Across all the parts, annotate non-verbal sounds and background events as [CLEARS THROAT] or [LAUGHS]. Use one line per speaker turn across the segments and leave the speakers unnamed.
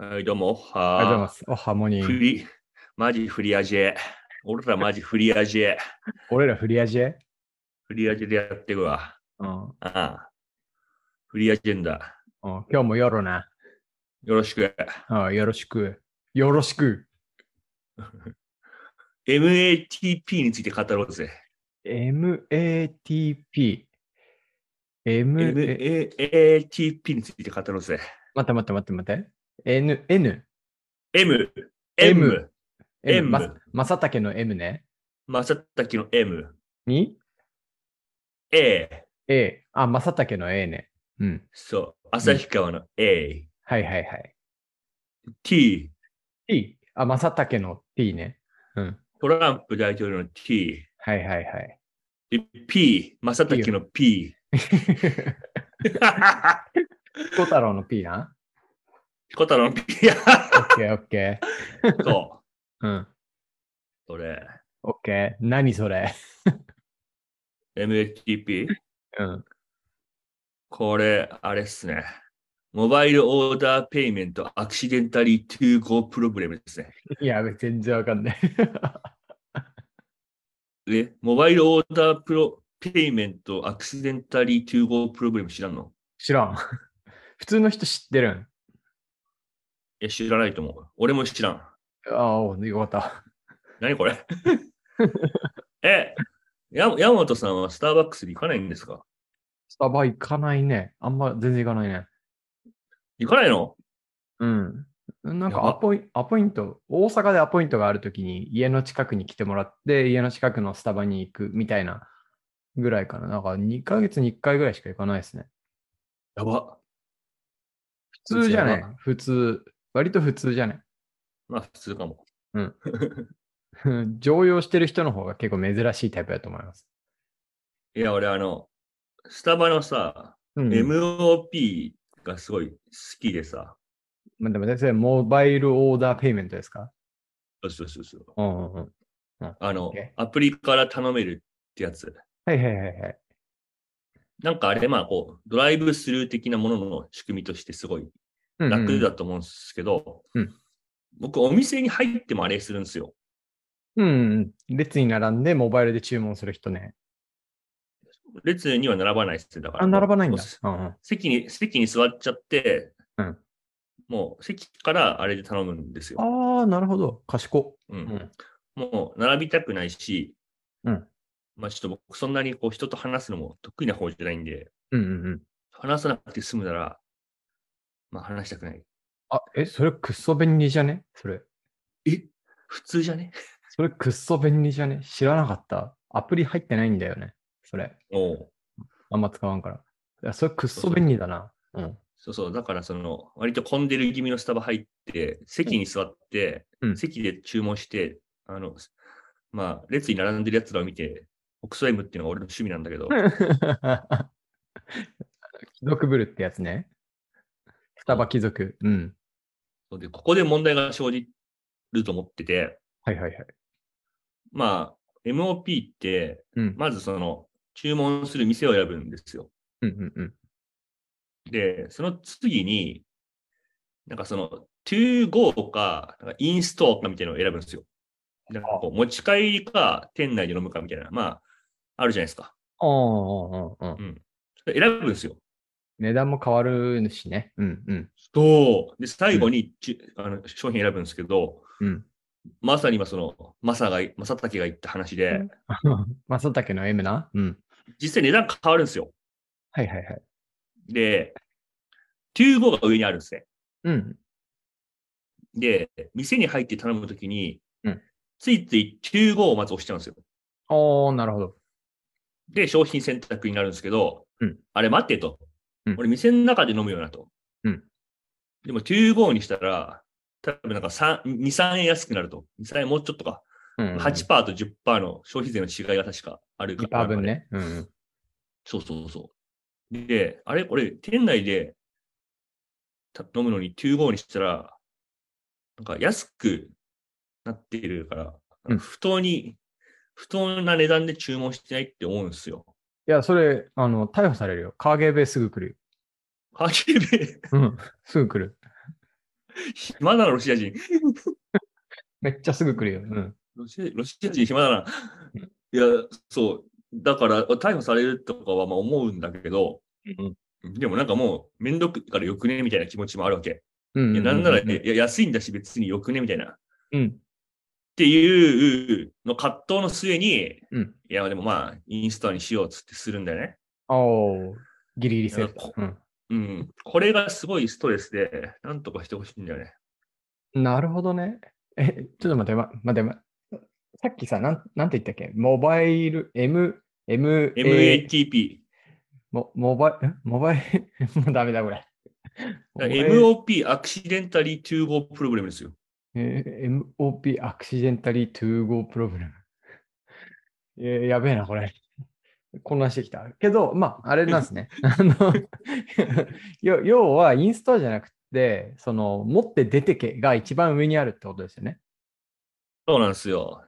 はい、どうも。
ありがとうござい
は
ます。おハモニ
ーフ
ー。
リー、マジフリアジェ。俺らマジフリアジェ。
俺らフリアジェ
フリアジェでやってくわ。
うん。うん
ああフリアジェンダ
今日もよろな。
ー。よろしく。
うんよろしく。よろしく。
MATP について語ろうぜ。
MATP。M、え
MATP について語ろうぜ。
待って待って待って待って。N、N。
M、
M
M、M
まさまさたけの M ね。
まさたきの M、
に
A、
?A。あ、まさたけの A ね。うん。
そう、旭川の A、
はいはいはい。
T、
T。あ、まさたけの T ね。うん。
トランプ大統領の T、
はいはい [LAUGHS] はい。
で P、まさたきの P。
小太郎の P な。
[LAUGHS] コタロン P や。
オッケーオッケー。
そう。
うん。
それ。
オッケー。何それ。
MHTP?
うん。
これ、あれっすね。モバイルオーダーペイメントアクシデンタリー2 go プロブレムですね。
いや、全然わかんない。
で、モバイルオーダープロペイメントアクシデンタリー2 go プロブレム知らんの
知らん。 [LAUGHS] 普通の人知ってるん。
いや、知らないと思う。俺も知らん。
ああ、よかった。
何これ [LAUGHS] え、や山本さんはスターバックスに行かないんですか
スタバ行かないね。あんま全然行かないね。
行かないの
うん。なん
や
か
ば
アポイアポイント、大阪でアポイントがあるときに家の近くに来てもらって、家の近くのスタバに行くみたいなぐらいかな。なんか2ヶ月に1回ぐらいしか行かないですね。
やば。
普通じゃな
や
い
ば。
普通。割と普通じゃない。
まあ、普通かも。
うん。 [LAUGHS] 常用してる人の方が結構珍しいタイプだと思います。
いや、俺あの、スタバのさ、
うん、
MOP がすごい好きでさ。
まあ、でも先生、モバイルオーダーペイメントですか
そうそうそうそう。
うんうんうん。
あの
OK、
アプリから頼めるってやつ。
はいはいはいはい。
なんかあれ、まあこう、ドライブスルー的なものの仕組みとしてすごい楽だと思うんですけど、
うん
僕お店に入ってもあれするんですよ。
うんうん、列に並んでモバイルで注文する人ね。
列には並ばないっすだから。
あ、並ばないんだ
もう。
うんうん、
席に、席に座っちゃって、
うん
もう席からあれで頼むんですよ。
ああ、なるほど。賢。
うん
うん
もう並びたくないし、
うん
まあちょっと僕そんなにこう人と話すのも得意な方じゃないんで、
うんうんうん。
話さなくて済むなら、まあ話したくない。
あ、え、それくっそ便利じゃねそれ。
え普通じゃね
それくっそ便利じゃね知らなかった。アプリ入ってないんだよね。それ。
おう
あんま使わんから。いや、それくっそ便利だな。うん。 [LAUGHS]
そうそう、だからその、割と混んでる気味のスタバ入って、席に座って、
うん
席で注文して、あの、まあ、列に並んでるやつらを見て、オクソ M っていうのが俺の趣味なんだけど、
貴族ぶるってやつね。双葉貴族。うん。
そうでここで問題が生じると思ってて、
はいはいはい。
まあ、MOP って、
うん。
まずその、注文する店を選ぶんですよ。
うんうんうん。
で、その次に、なんかその、to go か、なんかインストかみたいなのを選ぶんですよ。なんかこう持ち帰りか、店内で飲むかみたいな、まあ、あるじゃないですか。
ああ、ああ、ああ。
選ぶんですよ。
値段も変わるしね。うんうん。
そう。で、最後にちゅ、あの商品選ぶんですけど、
うん。
まさに今その、マサが、マサタケが言った話で、
うん [LAUGHS] まさたけの M な。うん。
実際値段変わるんですよ。
はいはいはい。
で、to go が上にあるんですね。
うん。
で、店に入って頼むときに、
うん
ついつい to go をまず押しちゃうんですよ。
おー、なるほど。
で、商品選択になるんですけど、
うん
あれ待ってと
うん。
俺、店の中で飲むよなと。
うん
でも、25にしたら、多分なんか3 2、3円安くなると。2、3円もうちょっとか。
うん、
8%と10%の消費税の違いが確かあるか
2
ら。
パー分。ね。うんうん。
そうそうそう。で、あれこれ、店内でた飲むのに25にしたら、なんか安くなってるから、
うん
不当に、不当な値段で注文してないって思うんですよ。
いや、それ、あの、逮捕されるよ。カーゲーベすぐ来る
はじめ
よ。うん。すぐ来る。
暇だな、ロシア人。
めっちゃすぐ来るよ。うん。
ロシアロシア人暇だな。いや、そう。だから、逮捕されるとかはまあ思うんだけど、でもなんかもう、めんどくからよくねみたいな気持ちもあるわけ。
うん
いやなんなら、
う
いや安いんだし別によくねみたいな。っ
うん。
ていうの葛藤の末に、
うん
いや、でもまあ、インスタにしようっつってするんだよね。
おーギリギリセーフだ。う
うん。これがすごいストレスで、なんとかしてほしいんだよね。
ん。なるほどね。え、ちょっと待って、ま、待って、ま、さっきさ、なん、なんて言ったっけモバイル、M、M、
MATP。
モモバイ、んモバイル、 [LAUGHS] もうダメだ、これ。
MOP、アクシデンタリー・トゥー・ゴー・プロブレムですよ。
えー MOP アクシデンタリー・トゥーゴープロブレム。えーやべえな、これ。混乱してきた。けど、まあ、あれなんで
[LAUGHS]
すね。あの、要要は、インストアじゃなくて、その、持って出てけが一番上にあるってことですよね。
そうなんですよ。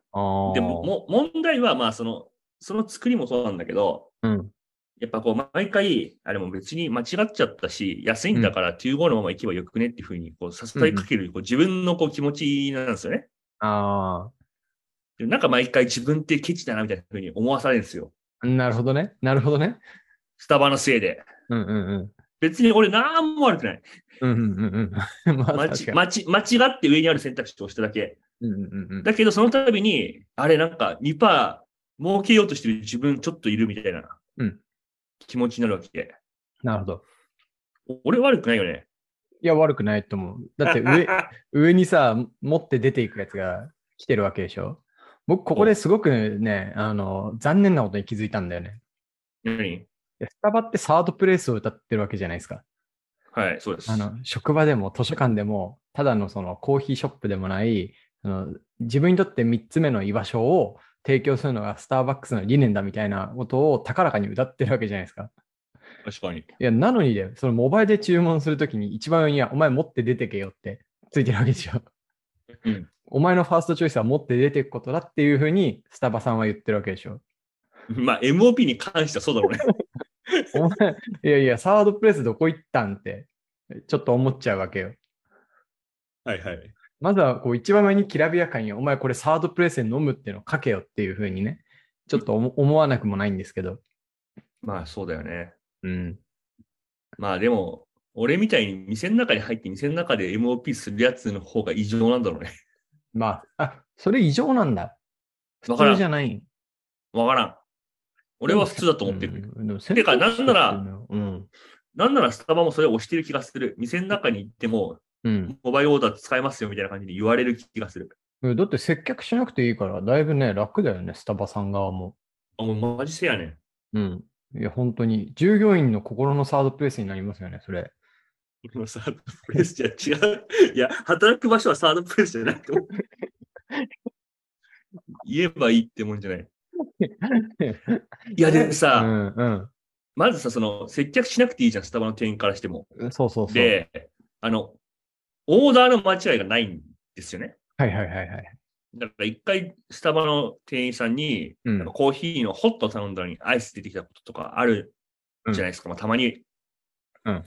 でも、も問題は、まあ、その、その作りもそうなんだけど、
うん
やっぱこう、毎回、あれも別に間違っちゃったし、安いんだから、中5のまま行けばよくねっていうふうに、こう、支えかける、こう自分のこう気持ちなんですよね。
あ
でなんか毎回自分ってケチだな、みたいなふうに思わされるんですよ。
あ、なるほどね。なるほどね。
スタバのせいで。
うんうんうん。
別に俺なんも悪くない。
うんうんうんうん。 [LAUGHS] ま
間
あ、[LAUGHS] 確
ち
かに
間ち間違って上にある選択肢を押しただけ。
うんうんうん
だけど、その度に、あれなんか2%儲けようとしてる自分ちょっといるみたいな
うん
気持ちになるわけで。
なるほど。
俺悪くないよね。
いや、悪くないと思う。だ
[LAUGHS]
って上、上にさ、持って出ていくやつが来てるわけでしょ。僕、ここですごくね、あの、残念なことに気づいたんだよね。
何
いやスタバってサードプレイスを歌ってるわけじゃないですか。
はい、そうです。
あの、職場でも図書館でも、ただのそのコーヒーショップでもない、あの自分にとって3つ目の居場所を提供するのがスターバックスの理念だみたいなことを高らかに歌ってるわけじゃないですか。
確かに。
いや、なのにだよ、そのモバイルで注文するときに一番上にはお前持って出てけよってついてるわけでしょ。
うん
お前のファーストチョイスは持って出ていくことだっていうふうにスタバさんは言ってるわけでしょ。
まあ、MOP に関してはそうだろうね。
お前、いやいや、サードプレイスどこ行ったんって、ちょっと思っちゃうわけよ。
[LAUGHS] はいはい。
まずはこう一番前にきらびやかに、お前これサードプレイスで飲むっていうのを書けよっていうふうにね、ちょっと思思わなくもないんですけど。
まあ、そうだよね。
うん。
まあ、でも、俺みたいに店の中に入って店の中で MOP するやつの方が異常なんだろうね。
まあ、あ、それ異常なんだ。普
わから
通じ
ん。
ゃない。
わからん。俺は普通だと思ってる。
うん。でも
てかなんなら
選択肢っていうのはうん。
なんならスタバもそれを押してる気がする。店の中に行っても、
うん。
モバイルオーダー使えますよみたいな感じで言われる気がする。
うんだって接客しなくていいから、だいぶね、楽だよね、スタバさん側も。
あ、もうマジせやねん。
うん。いや、本当に、従業員の心のサードプレイスになりますよね、それ。
もうサードプレイスじゃ違う。いや、働く場所はサードプレイスじゃないと
[LAUGHS]
思う。言えばいいってもんじゃない。いや、でも
う
さ、
ん、
まずさ、その、接客しなくていいじゃん、スタバの店員からしても。
うん。そうそうそう。
で、あの、オーダーの間違いがないんですよね。
はいはいはいはい。
だから一回、スタバの店員さんに、な
う
ん
ん
か。コーヒーのホット頼んだのにアイス出てきたこととかあるじゃないですか、まあ、たまに。
うん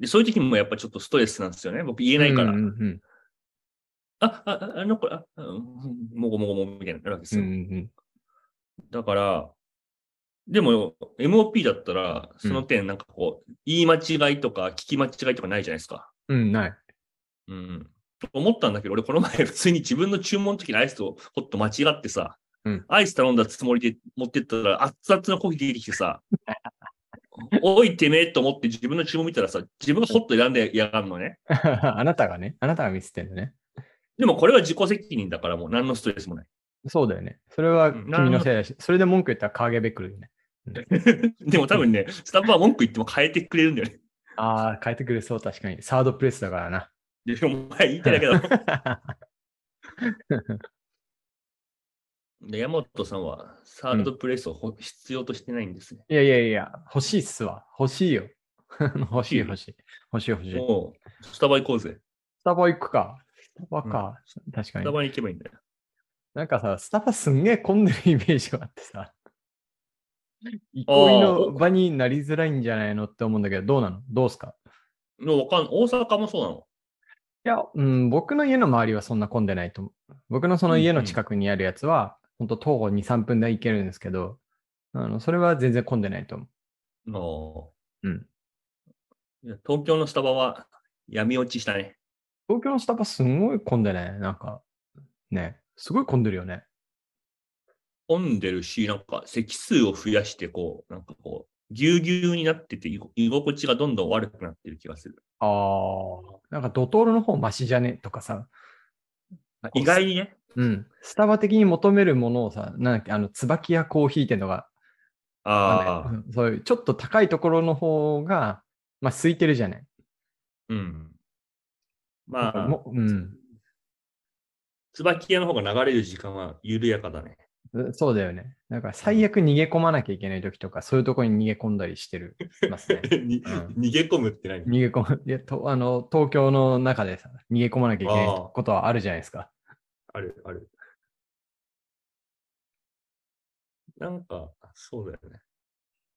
で、そういう時もやっぱちょっとストレスなんですよね。僕言えないから。
うんうんうん
あ、あ、ああの、これ、あ、あうんもごもごもごみたいになるわけです
うん
よ。
うん
だから、でも、MOP だったら、その点、なんかこう、言い間違いとか、聞き間違いとかないじゃないですか。
うん。うん、ない。 [LAUGHS]
うん。と思ったんだけど、俺この前普通に自分の注文の時にアイスとホット間違ってさ、
うん
アイス頼んだつもりで持ってったら、熱々のコーヒー出てきてさ、 [LAUGHS] おいてめえと思って自分の注文見たらさ、自分がホット選んでやがんのね。
あなたがね、あなたが見せてるのね。
でもこれは自己責任だからもう何のストレスもない。
そうだよね。それは
うん
君のせいだし、それで文句言ったらカーゲベ来るよね。
[LAUGHS] でも多分ね、スタッフは文句言っても変えてくれるんだよね。 [LAUGHS]
ああ、変えてくれそう、確かに。サードプレイスだからな。 [LAUGHS]
で、お前言いたいだけだろ。 [LAUGHS] で、ヤマトさんはサードプレイスをほ必要としてないんですね。
いやいやいや、欲しいっすわ。欲しいよ。 [LAUGHS] 欲しい欲しい。欲しい欲しい。ス
もう、スタバ行こうぜ。
タバ行くか。スタバか。確か
ス
に
タ。バに行けばいいんだよ。
なんかさ、スタバすんげえ混んでるイメージがあって [LAUGHS] さ、憩いの場になりづらいんじゃないのって思うんだけど、どうなのどうすか
のわかん、大阪もそうなの
や、うん、僕の家の周りはそんな混んでないと思う。僕のその家の近くにあるやつは、本当徒歩2、3分で行けるんですけど、あのそれは全然混んでないと思
の
う。うん。
東京のスタバは闇落ちしたね。
東京のスタバすごい混んでないなんか、ね、すごい混んでるよね。
混んでるし、なんか席数を増やして、こう、なんかこう、ぎゅうぎゅうになってて、居居心地がどんどん悪くなってる気がする。
ああ。なんかドトールの方マシじゃねとかさ、
意外にね。
うん。スタバ的に求めるものをさ、なんだっけ、あの、椿屋コーヒー店とか、
ああ、
うんそういうちょっと高いところの方が、まあ、空いてるじゃない。
うん。ま
なんか
あ、
もうん。
椿屋の方が流れる時間は緩やかだ [LAUGHS] ね。。
そうだよね。だから最悪逃げ込まなきゃいけない時とか、そういうところに逃げ込んだりしてる、ますね
[LAUGHS] に逃げ込むって何
逃げ込む。いや、とあの、東京の中でさ、逃げ込まなきゃいけないことはあるじゃないですか。
ある、ある。なんか、そうだよね。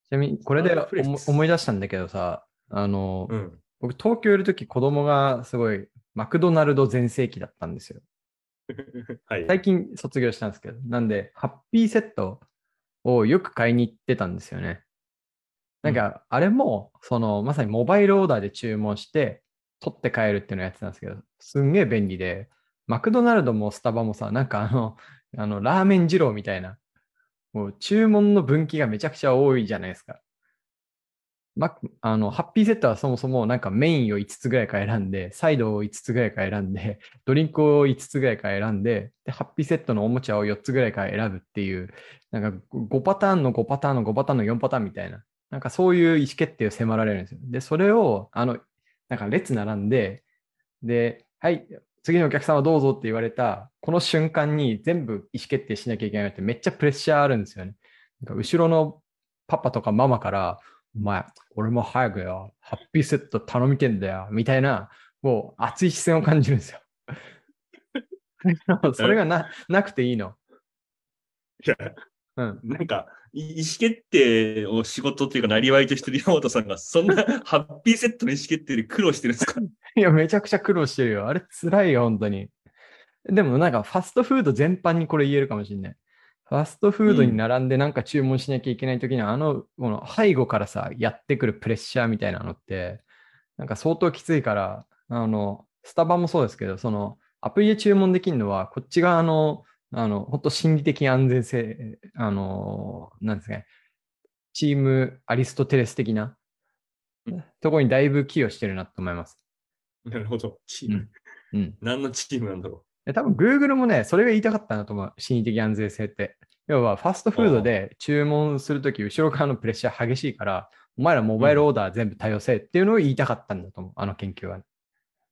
ちなみに、これで
あフレック
思
ス
思い出したんだけどさ、あの、
うん。
僕東京いる時子供がすごいマクドナルド全盛期だったんですよ。
はい。
最近卒業したんですけど、なんで、ハッピーセットをよく買いに行ってたんですよね。なんか、あれも、その、まさにモバイルオーダーで注文して、取って帰るっていうのをやってたんですけど、すんげえ便利で、マクドナルドもスタバもさ、なんかあの、あの、ラーメン二郎みたいな、もう注文の分岐がめちゃくちゃ多いじゃないですか。マクあの、ハッピーセットはそもそもなんかメインを5つぐらいから選んで、サイドを5つぐらいから選んで、ドリンクを5つぐらいから選んで、で、ハッピーセットのおもちゃを4つぐらいから選ぶっていう、なんか5パターンの5パターンの5パターンの4パターンみたいな、なんかそういう意思決定を迫られるんですよ。で、それを、あの、なんか列並んで、で、はい、次のお客様どうぞって言われた、この瞬間に全部意思決定しなきゃいけないってめっちゃプレッシャーあるんですよね。なんか後ろのパパとかママから、お前、俺も早くよ、ハッピーセット頼みてんだよ、みたいな、もう熱い視線を感じるんですよ。それがななくていいの。
いや
うん。
なんか、い意思決定を仕事っていうか、なりわいとしてる山本さんが、そんな [LAUGHS] ハッピーセットの意思決定で苦労してるんですか
[LAUGHS] いや、めちゃくちゃ苦労してるよ。あれ、辛いよ、本当に。でも、なんか、ファストフード全般にこれ言えるかもしれない。ファストフードに並んでなんか注文しなきゃいけない時の、あの、この背後からさ、やってくるプレッシャーみたいなのって、なんか相当きついから、あの、スタバもそうですけど、その、アプリで注文できるのは、こっち側の、あの、本当心理的安全性、あの、なんですかね、チームアリストテレス的な
うん、
とこにだいぶ寄与してるなと思います。
なるほど。チーム、
うんうん。
何のチームなんだろ
で多分 Google もね、それが言いたかったなと思う。心理的安全性って。要は、ファストフードで注文するとき、後ろ側のプレッシャー激しいから、お前らモバイルオーダー全部多様性っていうのを言いたかったんだと思う。あの研究は。
う。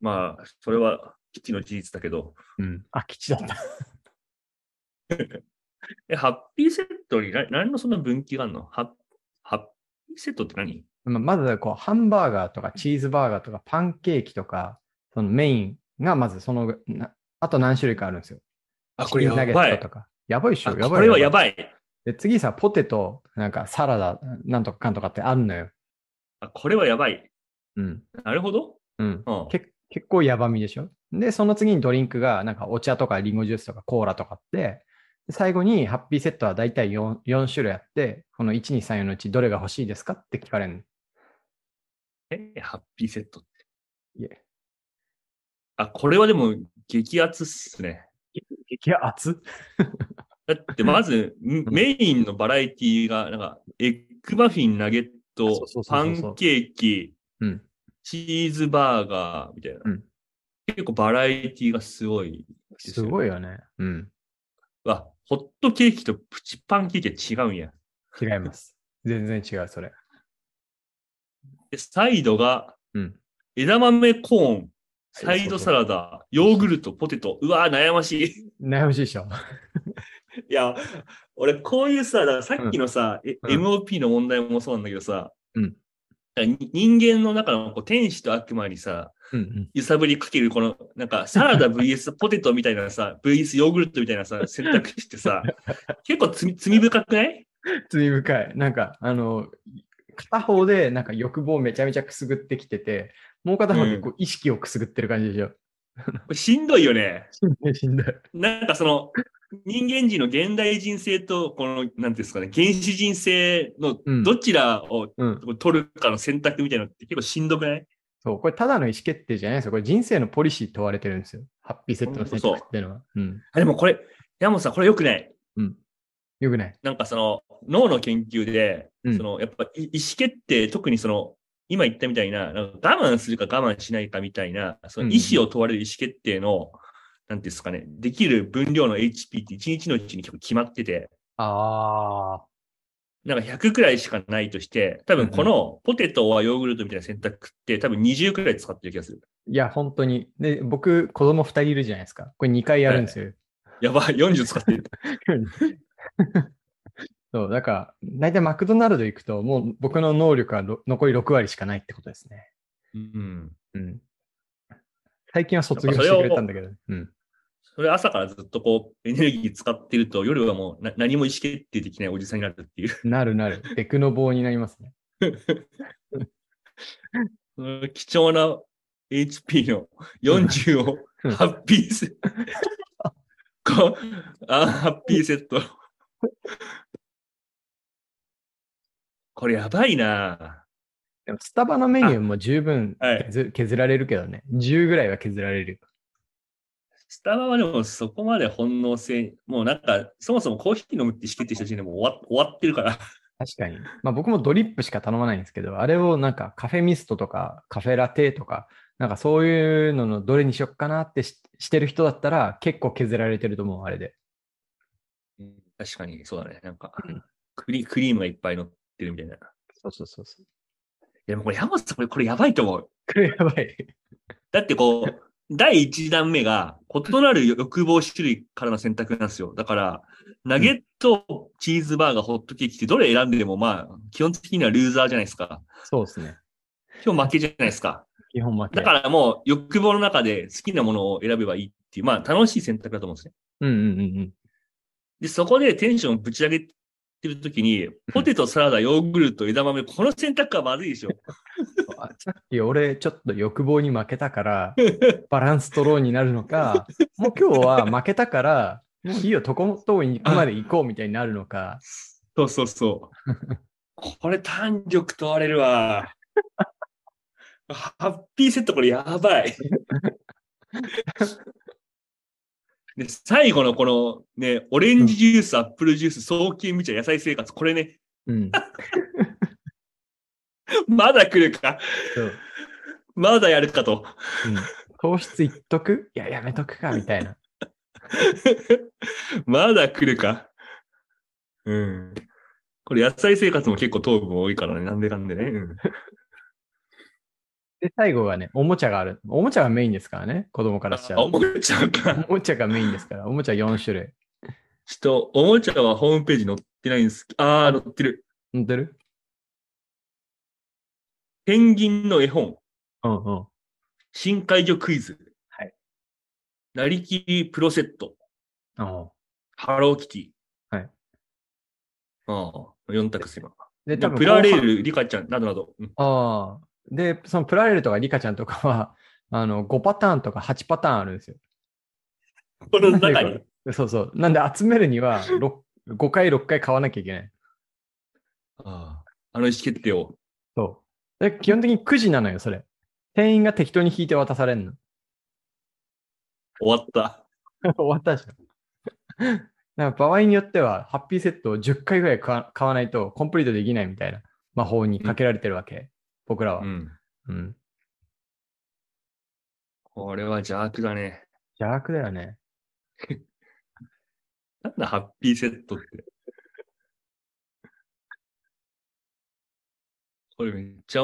まあ、それは、基地の事実だけど、
うん。あ、基地だった。
え、ハッピーセットにな何のそんな分岐があるのハッハッピーセットって何
まあまず、こう、ハンバーガーとかチーズバーガーとかパンケーキとか、そのメインがまずその、なあと何種類かあるんですよ。
あ、
チキンナゲットとか。やばいっしょ。
あ
やばい。
これはやばい。
で、次さ、ポテト、なんかサラダ、なんとかかんとかってあるのよ。
あ、これはやばい。
うん。
なるほど。
うん。
うん。
け結構やばみでしょで、その次にドリンクが、なんかお茶とかリンゴジュースとかコーラとかあって、で最後にハッピーセットは大体 4, 4種類あって、この1、2、3、4のうちどれが欲しいですかって聞かれるの。
え、ハッピーセットって。
いえ。
あ、これはでも激アツっすね。
激熱
だってま
[LAUGHS]
ず、んメインのバラエティが、なんか、エッグマフィン、ナゲッ
そ
ト
うそうそうそう、
パンケーキ、
うん。
チーズバーガーみたいな。
うん
結構バラエティがすごいです
す
よね
ごいよね。うん。
わ、ホットケーキとプチパンケーキは違うんや。
違います。 [LAUGHS] 全然違う、それ。
で、サイドが、
うん。
枝豆コーン、
は
サ
い
イドサラダ、ヨーグルト、ポテト。うわー、悩ましい。
悩ましいでしょ。
[LAUGHS] いや、俺、こういうさ、だからさっきのさ、え
うん
MOP の問題もそうなんだけどさ、
うん
だからに人間の中のこう天使と悪魔にさ、
うんうん。
揺さぶりかける、この、なんか、サラダ [LAUGHS] VS ポテトみたいなさ、VS ヨーグルトみたいなさ、選択肢って [LAUGHS] さ、結構罪罪深くない
[LAUGHS] 罪深い。なんか、あの、片方 [LAUGHS] でなんか欲望をめちゃめちゃくすぐってきてて、もう片方でこう意識をくすぐってる感じでしょ。
これしんどいよね。
しんどい、しんどい。
なんかその、人間人の現代人性と、この、なんていうんですかね、原始人性の
うん
どちらを
うん。
取るかの選択みたいなのって結構しんどくない
そう、これただの意思決定じゃないですよ。これ人生のポリシー問われてるんですよ。ハッピーセットの選択っていうのは。うん。
あ、でもこれ、山本さん、これ良くない。
うん。よくない。
なんかその、脳の研究で、
うん
その、やっぱい意思決定、特にその、今言ったみたいな、なんか我慢するか我慢しないかみたいな、その意思を問われる意思決定の、なんていうんですかね、できる分量の HP って1日のうちに結構決まってて、
ああ。
なんか100くらいしかないとして、多分このポテトはヨーグルトみたいな選択って多分20くらい使ってる気がする。
いや、本当に。で、僕、子供2人いるじゃないですか。これ2回やるんですよ。
やばい、40使ってる。
そう、だから、大体マクドナルド行くと、もう僕の能力はろ残り6割しかないってことですね。
うん。
うん。最近は卒業してくれたんだけど。うん。
それ朝からずっとこうエネルギー使ってると夜はもうな何も意思決定できないおじさんになるっていう。
なるなる。テクノ棒になりますね。
その貴重な HP の40を
うん
ハッピーセット。こうあハッピーセット。これやばいな
でも、スタバのメニューも十分
はい
削,、削られるけどね。10ぐらいは削られるよ。
スタバはでもそこまで本能性、もうなんか、そもそもコーヒー飲むって意思決定した時点でもう終わ終わってるから。
確かに。まあ僕もドリップしか頼まないんですけど、あれをなんかカフェミストとかカフェラテとか、なんかそういうののどれにしよっかなってししてる人だったら結構削られてると思う、あれで。
確かに、そうだね。なんか
うん、
クリクリームがいっぱい乗ってるみたいな。い
そうそうそう [LAUGHS] そう。
や、でもこれ、山本さん、これ、これやばいと思う。
これやばい。
だってこう、第1弾目が、異なる欲望種類からの選択なんですよ。だから、ナゲット、チーズバーガー、ホットケーキってどれ選んでも、まあ、基本的にはルーザーじゃないですか。
そうですね。
今日負けじゃないですか。
基本負け。
だからもう、欲望の中で好きなものを選べばいいっていう、まあ、楽しい選択だと思うんですね。
うんうんうんうん。
で、そこでテンションぶち上げてるときに、ポテト、サラダ、ヨーグルト、枝豆、この選択はまずいでしょ。
あさっき俺ちょっと欲望に負けた [LAUGHS] から、バランス取ろうになるのか、もう今日は負けたから、もういいよ、とことん行くまで行こうみたいになるのか。
そうそうそう。これ、単力問われるわ。ハッピーセット、これやばい。で最後のこのね、オレンジジュース、アップルジュース、早期無茶、野菜生活、これね、
うん。
まだ来るか、
そう
まだやるかと。
うん、糖質いっとくいや、やめとくか、みたいな。
まだ来るか。うん。これ、野菜生活も結構糖分多いからね、なんでかんでね。うん
で、最後はね、おもちゃがある。おもちゃがメインですからね、子供からした
あ
ら。
おもちゃか。
おもちゃがメインですから、おもちゃ4種類。
ちょっと、おもちゃはホームページに載ってないんです。あー、載ってる。
本当る
ペンギンの絵本、
うんうん。
深海魚クイズ。
はい。
なりきりプロセット、
あ
ハローキティ。
はい。
ああ、4択です今。
で、多分
プラレー
ル。
ル、リカちゃん、などなど。 [LAUGHS] うん
ああ。で、そのプラレールとかリカちゃんとかは、 [LAUGHS] あの、5パターンとか8パターンあるんですよ。
この中
な
に
ん。でそうそう。なんで集めるには、ろっ5回、6回買わなきゃいけない。
あああの意思決定を。
そう。で基本的にくじなのよ、それ。店員が適当に引いて渡されるの。
終わった。
[LAUGHS] 終わったでしょ。なん [LAUGHS] か場合によっては、ハッピーセットを10回ぐらい買わ買わないとコンプリートできないみたいな魔法にかけられてるわけ、僕らは。
うん。
うん。
これは邪悪だね。
邪悪だよね。
なんだハッピーセットって。 [LAUGHS] これめっちゃ、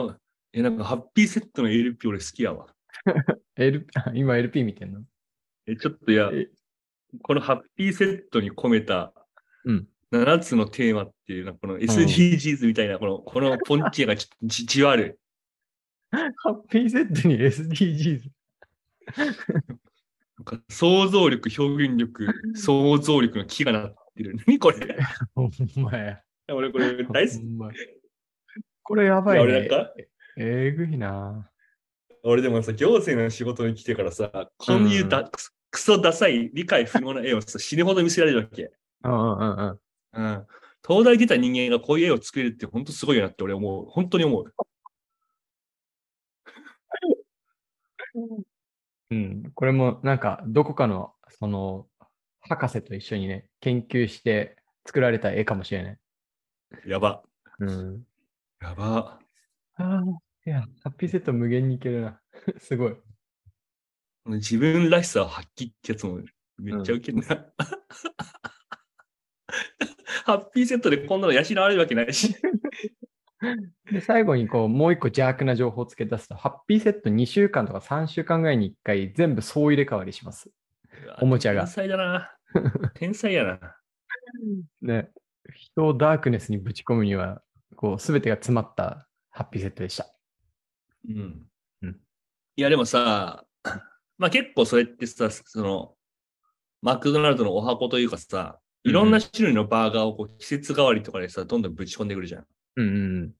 え、なんかハッピーセットの LP 俺好きやわ。
L、今 [LAUGHS] LP 見てんの
え、ちょっといや
え、
このハッピーセットに込めた
うん
7つのテーマっていう、なんかこの SDGs みたいな、この、このポンチエがちじじわる。
ハッピーセットに SDGs。
なんか想像力、表現力、想像力の木がなってる。何これ [LAUGHS]
ほんまや。
俺これ大好
ほ
き。
んまやこれやばい
俺なん
ね。
か
えぐいな
俺でもさ、行政の仕事に来てからさ、こういうだ、クソクソダサい理解不能な絵をさ死ぬほど見せられるわけ。
うんうんうん。
うん。東大出た人間がこういう絵を作れるって本当すごいよなって俺思う。本当に思う。
うん、これもなんかどこかのその博士と一緒にね研究して作られた絵かもしれない。
やば。
うん、
やば。
ああいやハッピーセット無限にいけるな [LAUGHS] すごい。
自分らしさを発揮ってやつもめっちゃウケるな。ハッピーセットでこんなの養われるわけないし。
で最後にこうもう一個邪悪な情報を付け出すとハッピーセット2週間とか3週間ぐらいに1回全部総入れ替わりします。おもちゃが
天才だな。天才やな。
ね、人をダークネスにぶち込むにはこう全てが詰まったハッピーセットでした。
うん
うん
いや、でもさ、 [CLEARS THROAT] まあ結構それってさ、その、マクドナルドのお箱というかさ、いろんな種類のバーガーをこう季節代わりとかでさ、どんどんぶち込んでくるじゃん。
うんうん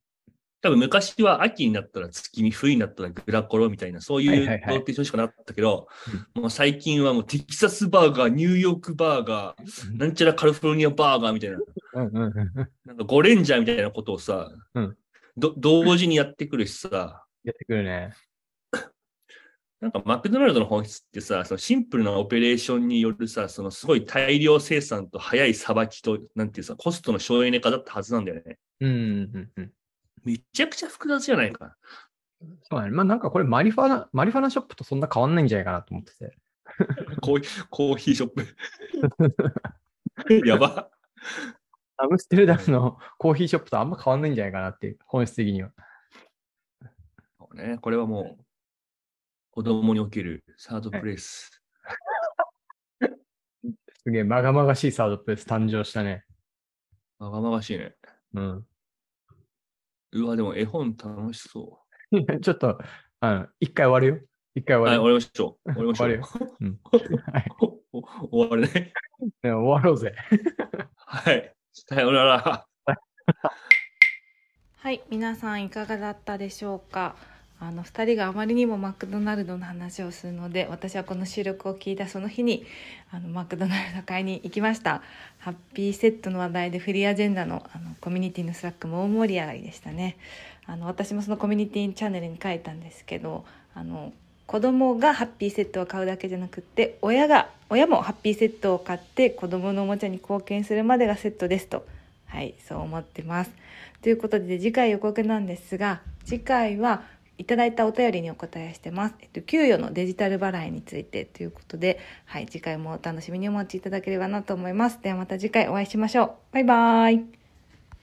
多分昔は秋になったら月見、冬になったらグラコロみたいな、そうい
はいはいうはい
ローテーションしかなかったけど、もう最近はもうテキサスバーガー、ニューヨークバーガー、なんちゃらカリフォルニアバーガーみたいな、
うんうんうんうん。
なんかゴレンジャーみたいなことをさ、
うん
ど同時にやってくるしさ、
やってくるね。
なんかマクドナルドの本質ってさ、そのシンプルなオペレーションによるさ、そのすごい大量生産と早いさばきと、なんていうさ、コストの省エネ化だったはずなんだよね。
うんうんうんうん。
めちゃくちゃ複雑じゃないか。
そうだね。まあなんかこれマリファナ、マリファナショップとそんな変わんないんじゃないかなと思ってて。
コーヒーコーヒーショップ。やば。
アムステルダムのコーヒーショップとあんま変わんないんじゃないかなっていう、本質的には。
そうね、これはもう、子供におけるサードプレイス。
すげえ、まがまがしいサードプレス誕生したね。
まがまがしいね。 [LAUGHS]
うん。
うわ、でも絵本楽しそ
ちょっと、あの、一回終わるよ。一回
う。はい、
終
終
わ
わ
る。
りましょう。終わりましょう。
よはい
おお [LAUGHS] 終わるね。
ね終わろうぜ。
はい。さようなら。
はい、皆さんいかがだったでしょうか。あの2人があまりにもマクドナルドの話をするので私はこの収録を聞いたその日にあのマクドナルド買いに行きましたハッピーセットの話題でフリーアジェンダのあのコミュニティのスラックも大盛り上がりでしたねあの私もそのコミュニティチャンネルに書いたんですけどあの子供がハッピーセットを買うだけじゃなくって親が親もハッピーセットを買って子供のおもちゃに貢献するまでがセットですとはいそう思ってますということで次回予告なんですが次回はいただいたお便りにお答えしてます、えっと、給与のデジタル払いについてということで、はい、次回もお楽しみにお待ちいただければなと思いますではまた次回お会いしましょうバイバイ